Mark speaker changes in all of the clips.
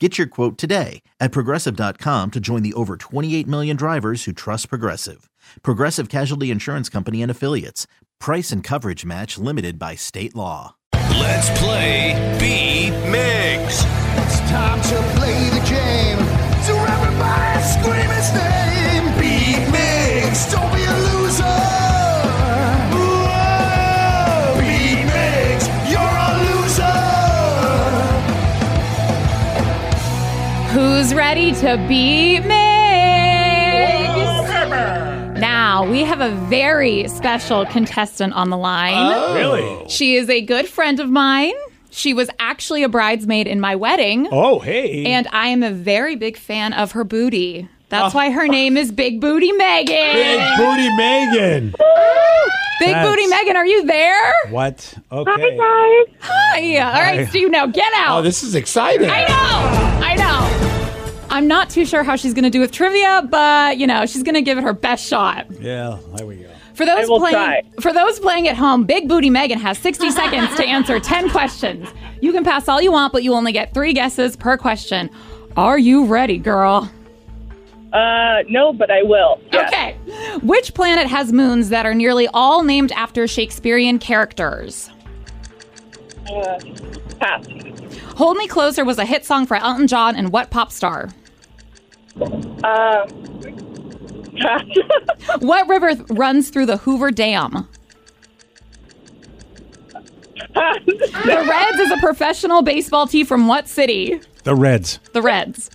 Speaker 1: Get your quote today at progressive.com to join the over 28 million drivers who trust Progressive. Progressive Casualty Insurance Company and Affiliates. Price and coverage match limited by state law.
Speaker 2: Let's play B Migs.
Speaker 3: It's time to play the game. So everybody scream his name. Beat Mix. Don't be a loser. Whoa. Beat Mix. You're a loser.
Speaker 4: Who's ready to be Migs? Now, we have a very special contestant on the line.
Speaker 5: Oh. Really?
Speaker 4: She is a good friend of mine. She was actually a bridesmaid in my wedding,
Speaker 5: Oh, hey.
Speaker 4: and I am a very big fan of her booty. That's why her name is Big Booty Megan.
Speaker 5: Oh. Big Booty Megan.
Speaker 4: Big
Speaker 5: That's-
Speaker 4: Booty Megan, are you there?
Speaker 5: What? Okay.
Speaker 4: Hi, guys. Hi. All right, Steve, now get out.
Speaker 5: Oh, this is exciting.
Speaker 4: I know. I know. I'm not too sure how she's going to do with trivia, but you know, she's going to give it her best shot.
Speaker 5: Yeah, there we go.
Speaker 4: For those playing for those playing at home, Big Booty Megan has 60 seconds to answer 10 questions. You can pass all you want, but you only get 3 guesses per question. Are you ready, girl?
Speaker 6: Uh, no, but I will. Yes.
Speaker 4: Okay. Which planet has moons that are nearly all named after Shakespearean characters?
Speaker 6: Uh, pass.
Speaker 4: Hold Me Closer was a hit song for Elton John and what pop star?
Speaker 6: Uh, pass.
Speaker 4: What river th- runs through the Hoover Dam?
Speaker 6: pass.
Speaker 4: The Reds is a professional baseball team from what city?
Speaker 5: The Reds.
Speaker 4: The Reds.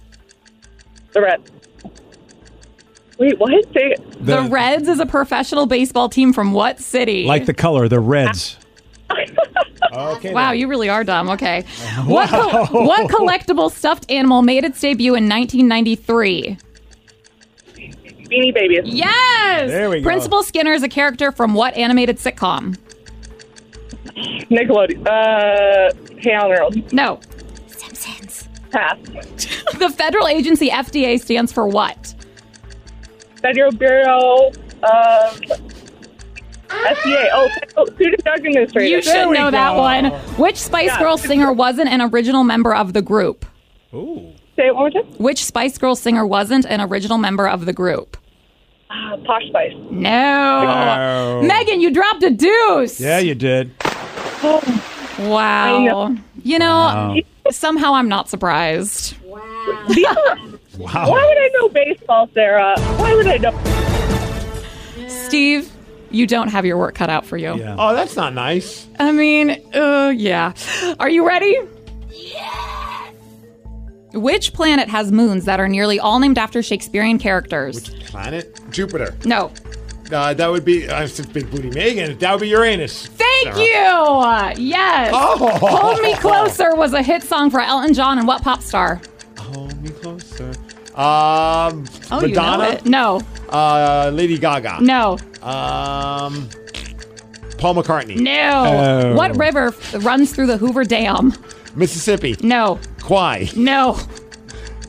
Speaker 6: The red. Wait, what? Say it.
Speaker 4: The, Reds is a professional baseball team from what city?
Speaker 5: Like the color, the Reds. okay.
Speaker 4: Wow, you really are dumb. Okay. What, co- what collectible stuffed animal made its debut in 1993?
Speaker 6: Beanie Babies.
Speaker 4: Yes!
Speaker 5: There we go.
Speaker 4: Principal Skinner is a character from what animated sitcom?
Speaker 6: Nickelodeon. Uh, Hey Arnold.
Speaker 4: No.
Speaker 6: Pass.
Speaker 4: The federal agency FDA stands for what?
Speaker 6: Federal Bureau of FDA. Oh, Federal Food and Drug Administration.
Speaker 4: Ah. You should know that
Speaker 5: go.
Speaker 4: one. Which Spice
Speaker 6: Yeah.
Speaker 4: Girl singer wasn't an original member of the group?
Speaker 5: Ooh.
Speaker 6: Say it one more time.
Speaker 4: Which Spice Girl singer wasn't an original member of the group?
Speaker 6: Uh, Posh Spice.
Speaker 4: No.
Speaker 5: No.
Speaker 4: Megan, you dropped a deuce.
Speaker 5: Yeah, you did.
Speaker 4: Wow.
Speaker 6: I know.
Speaker 4: You know, somehow I'm not surprised.
Speaker 6: These are-
Speaker 5: Wow.
Speaker 6: Why would I know baseball, Sarah? Why would I know?
Speaker 4: Steve, you don't have your work cut out for you.
Speaker 5: Yeah.
Speaker 7: Oh, that's not nice.
Speaker 4: I mean, uh, yeah. Are you ready? Yes. Which planet has moons that are nearly all named after Shakespearean characters?
Speaker 7: Planet Jupiter.
Speaker 4: No.
Speaker 7: Uh, that would be uh, it's Big Booty Megan. That would be Uranus.
Speaker 4: Thank you. Yes.
Speaker 7: Oh.
Speaker 4: Hold Me Closer was a hit song for Elton John and what pop star?
Speaker 7: Hold me closer. Um,
Speaker 4: Oh,
Speaker 7: Madonna.
Speaker 4: you know it. No.
Speaker 7: Uh, Lady Gaga.
Speaker 4: No.
Speaker 7: Um, Paul McCartney.
Speaker 4: No.
Speaker 5: Oh.
Speaker 4: What river f- runs through the Hoover Dam?
Speaker 7: Mississippi.
Speaker 4: No.
Speaker 7: Kauai.
Speaker 4: No.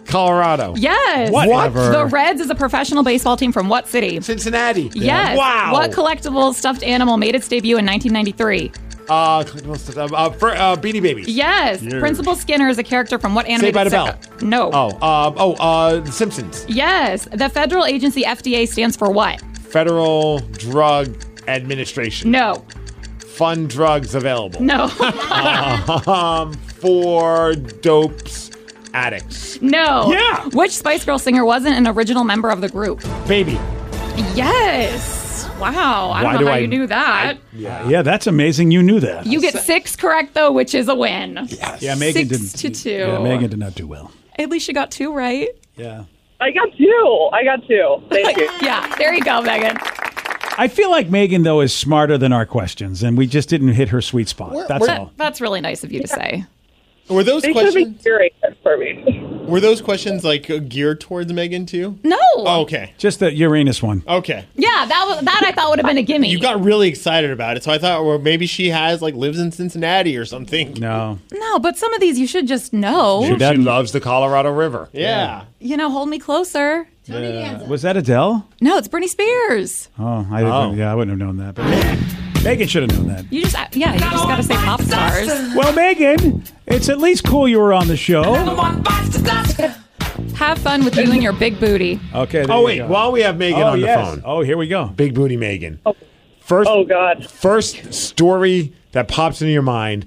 Speaker 7: Colorado.
Speaker 4: Yes.
Speaker 5: Whatever.
Speaker 4: The Reds is a professional baseball team from what city?
Speaker 7: Cincinnati.
Speaker 4: Yes.
Speaker 7: Wow.
Speaker 4: What collectible stuffed animal made its debut in 1993?
Speaker 7: uh, uh, for, uh, Beanie Babies.
Speaker 4: Yes. Principal Skinner is a character from what animated
Speaker 7: by the
Speaker 4: sitcom? No.
Speaker 7: Oh, um, oh, uh, The Simpsons.
Speaker 4: Yes. The federal agency FDA stands for what?
Speaker 7: Federal Drug Administration.
Speaker 4: No.
Speaker 7: Fun drugs available.
Speaker 4: No.
Speaker 7: Um, for dopes addicts.
Speaker 4: No.
Speaker 7: Yeah.
Speaker 4: Which Spice Girl singer wasn't an original member of the group?
Speaker 7: Baby.
Speaker 4: Yes. Wow. I don't
Speaker 7: Why
Speaker 4: know
Speaker 7: do
Speaker 4: how
Speaker 7: I-
Speaker 4: you knew that.
Speaker 8: Yeah, that's amazing. You knew that.
Speaker 4: you get six correct though, which is a win.
Speaker 8: yeah, Megan
Speaker 4: six
Speaker 8: did
Speaker 4: to two.
Speaker 8: Yeah, Megan did not do well.
Speaker 4: At least you got two right.
Speaker 8: Yeah.
Speaker 6: I got two. I got two. Thank you.
Speaker 4: Yeah. There you go, Megan.
Speaker 8: I feel like Megan though is smarter than our questions, and we just didn't hit her sweet spot. That's
Speaker 7: where-
Speaker 8: all.
Speaker 4: That's really nice of you to say.
Speaker 5: Were those
Speaker 6: They should be
Speaker 5: questions?
Speaker 6: curious for me.
Speaker 5: Were those questions like geared towards Megan too?
Speaker 4: No.
Speaker 5: Oh, okay.
Speaker 8: Just the Uranus one.
Speaker 7: Oh.
Speaker 5: Okay.
Speaker 4: Yeah, that was that I thought would have been a gimme.
Speaker 5: You got really excited about it, so I thought, well, maybe she has like lives in Cincinnati or something.
Speaker 8: No.
Speaker 4: no, but some of these you should just know.
Speaker 7: She, she loves the Colorado River.
Speaker 5: Yeah.
Speaker 4: You know, hold me closer.
Speaker 8: Was that Adele?
Speaker 4: No, it's Britney Spears.
Speaker 8: Oh, I didn't. Yeah, I wouldn't have known that. But Megan should have known that.
Speaker 4: You just uh, yeah, you just gotta say pop stars.
Speaker 8: Well, Megan, it's at least cool you were on the show.
Speaker 4: Have fun with you and your big booty.
Speaker 8: Okay. there
Speaker 7: Oh
Speaker 8: you
Speaker 7: wait,
Speaker 8: go.
Speaker 7: while we have Megan
Speaker 8: oh,
Speaker 7: on the
Speaker 8: yes.
Speaker 7: phone,
Speaker 8: Oh, here we go.
Speaker 7: Big Booty Megan. First,
Speaker 6: Oh, God.
Speaker 7: First story that pops into your mind.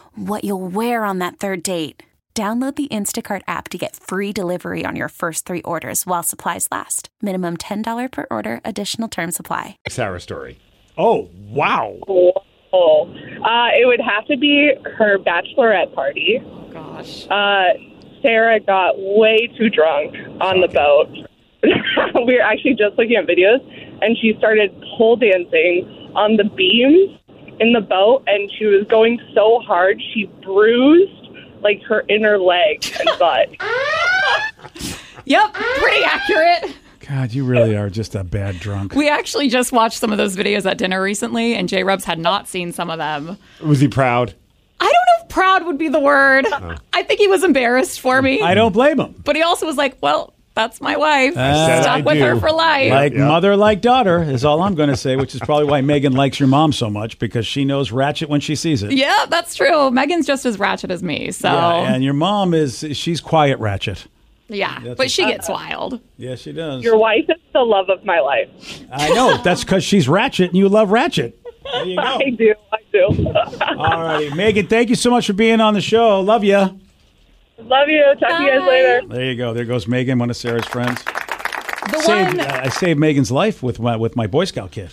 Speaker 9: what you'll wear on that third date. Download the Instacart app to get free delivery on your first three orders while supplies last. Minimum $10 per order, additional term supply.
Speaker 7: Sarah story? Oh wow!
Speaker 6: Oh, uh, it would have to be her bachelorette party.
Speaker 4: Gosh.
Speaker 6: Uh, Sarah got way too drunk on the boat. we were actually just looking at videos, and she started pole dancing on the beams in the boat, and she was going so hard she bruised like her inner leg and butt.
Speaker 4: Yep, pretty accurate.
Speaker 8: God, you really are just a bad drunk.
Speaker 4: We actually just watched some of those videos at dinner recently, and J Rubs had not seen some of them.
Speaker 7: Was he proud?
Speaker 4: I don't know if proud would be the word. I think he was embarrassed for me.
Speaker 8: I don't blame him.
Speaker 4: But he also was like, well, that's my wife.
Speaker 7: said I
Speaker 4: Stuck with
Speaker 7: do.
Speaker 4: her for life.
Speaker 8: Like
Speaker 7: yeah.
Speaker 8: mother, like daughter is all I'm going to say, which is probably why Megan likes your mom so much because she knows ratchet when she sees it.
Speaker 4: yeah, that's true. Megan's just as ratchet as me. So, yeah.
Speaker 8: and your mom is she's quiet ratchet.
Speaker 4: But she gets wild.
Speaker 8: Yes, she does.
Speaker 6: Your wife is the love of my life.
Speaker 8: I know. That's because she's ratchet and you love ratchet. There you go.
Speaker 6: I do. I do.
Speaker 8: All righty, Megan. Thank you so much for being on the show. Love you.
Speaker 6: Love you. Talk to you
Speaker 4: Bye.
Speaker 6: guys later.
Speaker 8: There you go. There goes Megan, one of Sarah's friends.
Speaker 4: The
Speaker 8: Saved, uh,
Speaker 4: one.
Speaker 8: I saved Megan's life with my with my Boy Scout kid.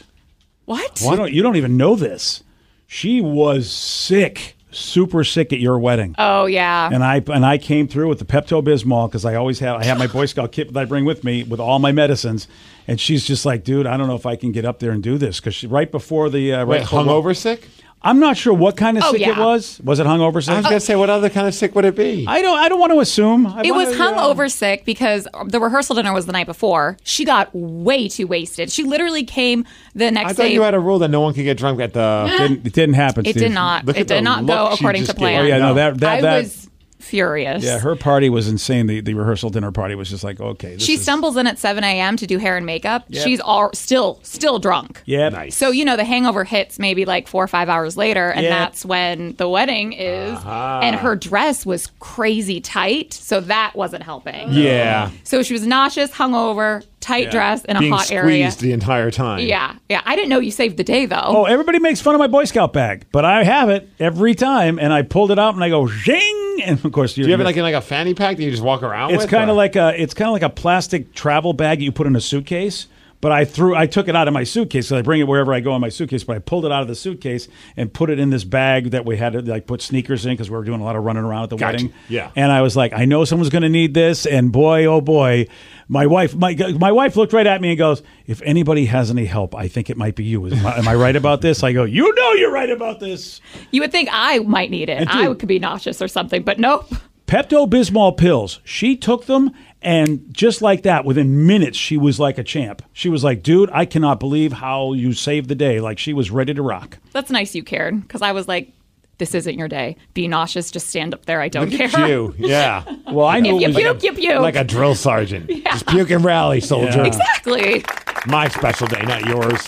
Speaker 4: what?
Speaker 8: You don't, you don't even know this. She was sick, super sick at your wedding.
Speaker 4: Oh, yeah.
Speaker 8: and I and I came through with the Pepto Bismol because I always have I have my Boy Scout kit that I bring with me with all my medicines, and she's just like, dude, I don't know if I can get up there and do this because right before the uh, right
Speaker 7: Wait,
Speaker 8: before-
Speaker 7: hungover sick?
Speaker 8: I'm not sure what kind of
Speaker 4: Oh,
Speaker 8: sick it
Speaker 4: yeah.
Speaker 8: was. Was it hungover sick?
Speaker 7: I was gonna say, what other kind of sick would it be?
Speaker 8: I don't I don't want to assume. I
Speaker 4: It was
Speaker 8: wanna, you know.
Speaker 4: hungover sick because the rehearsal dinner was the night before. She got way too wasted. She literally came the next
Speaker 7: I thought
Speaker 4: day.
Speaker 7: you had a rule that no one could get drunk at the.
Speaker 8: Didn't, it didn't happen.
Speaker 4: it
Speaker 8: Steve.
Speaker 4: did not.
Speaker 7: Look
Speaker 4: It
Speaker 7: at the
Speaker 4: did not go
Speaker 7: look she
Speaker 4: according to
Speaker 7: just gave. Oh,
Speaker 4: plan.
Speaker 8: yeah, no, that- that-
Speaker 4: I
Speaker 8: that-
Speaker 4: was furious.
Speaker 8: Yeah, her party was insane. The the rehearsal dinner party was just like okay. This
Speaker 4: she
Speaker 8: is,
Speaker 4: stumbles in at 7 a.m. to do hair and makeup. She's all still still drunk.
Speaker 8: Yeah,
Speaker 4: So you know the hangover hits maybe like four or five hours later, and
Speaker 8: Yeah.
Speaker 4: that's when the wedding is. And her dress was crazy tight, so that wasn't helping.
Speaker 7: Yeah,
Speaker 4: So she was nauseous, hungover, tight dress in a
Speaker 7: being
Speaker 4: hot
Speaker 7: squeezed
Speaker 4: area.
Speaker 7: the entire time.
Speaker 4: Yeah, yeah. I didn't know you saved the day though.
Speaker 8: Oh, everybody makes fun of my Boy Scout bag, but I have it every time, and I pulled it out and I go zing, and of course
Speaker 7: Do you have it like in like a fanny pack that you just walk around
Speaker 8: It's
Speaker 7: with?
Speaker 8: kind
Speaker 7: or-
Speaker 8: of like a it's kind of like a plastic travel bag that you put in a suitcase. But I threw I took it out of my suitcase. So I bring it wherever I go in my suitcase. But I pulled it out of the suitcase and put it in this bag that we had to like put sneakers in because we were doing a lot of running around at the
Speaker 7: Gotcha.
Speaker 8: wedding.
Speaker 7: Yeah.
Speaker 8: And I was like, I know someone's going to need this. And boy, oh boy, my wife my my wife looked right at me and goes, If anybody has any help, I think it might be you. Am I, am I right about this? I go, You know, you're right about this.
Speaker 4: You would think I might need it.
Speaker 8: And
Speaker 4: I
Speaker 8: dude-
Speaker 4: could be nauseous or something, but nope.
Speaker 8: Pepto Bismol pills. She took them, and just like that, within minutes, she was like a champ. She was like, dude, I cannot believe how you saved the day. Like, she was ready to rock.
Speaker 4: That's nice you cared because I was like, This isn't your day. Be nauseous. Just stand up there. I don't
Speaker 7: Look
Speaker 4: care.
Speaker 7: at you. Yeah.
Speaker 8: Well, I knew
Speaker 4: If you
Speaker 8: it was
Speaker 4: puke, you puke.
Speaker 7: Like a drill sergeant. Just puke and rally, soldier.
Speaker 4: exactly.
Speaker 7: My special day, not yours.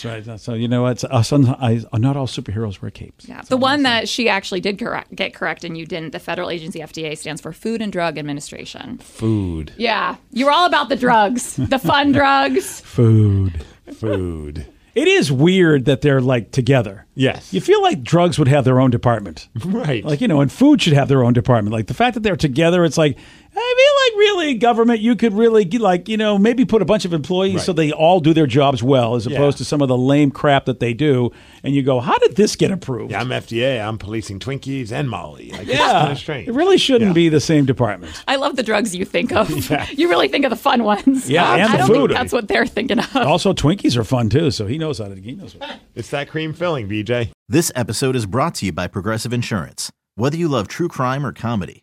Speaker 8: That's right. So you know what? Uh, some- I- not all superheroes wear capes.
Speaker 4: Yeah. The one that she actually did correct, get correct and you didn't, the federal agency FDA stands for Food and Drug Administration.
Speaker 7: Food.
Speaker 4: Yeah. You were all about the drugs, the fun drugs.
Speaker 8: Food.
Speaker 7: Food.
Speaker 8: It is weird that they're like together.
Speaker 7: Yes.
Speaker 8: You feel like drugs would have their own department.
Speaker 7: Right.
Speaker 8: Like, you know, and food should have their own department. Like the fact that they're together, it's like, I feel like really government, you could really get, like, you know, maybe put a bunch of employees so they all do their jobs well as opposed to some of the lame crap that they do. And you go, how did this get approved?
Speaker 7: yeah, I'm FDA. I'm policing Twinkies and Molly. Like, It's
Speaker 8: Yeah.
Speaker 7: kind of strange.
Speaker 8: It really shouldn't
Speaker 7: Yeah.
Speaker 8: be the same department.
Speaker 4: I love the drugs you think of. You really think of the fun ones. Um,
Speaker 8: Yeah, and
Speaker 4: I
Speaker 8: the
Speaker 4: don't
Speaker 8: food.
Speaker 4: think that's what they're thinking of.
Speaker 8: Also, Twinkies are fun too, so he knows how to. He knows. What,
Speaker 7: It's that cream filling, BJ.
Speaker 1: This episode is brought to you by Progressive Insurance. Whether you love true crime or comedy,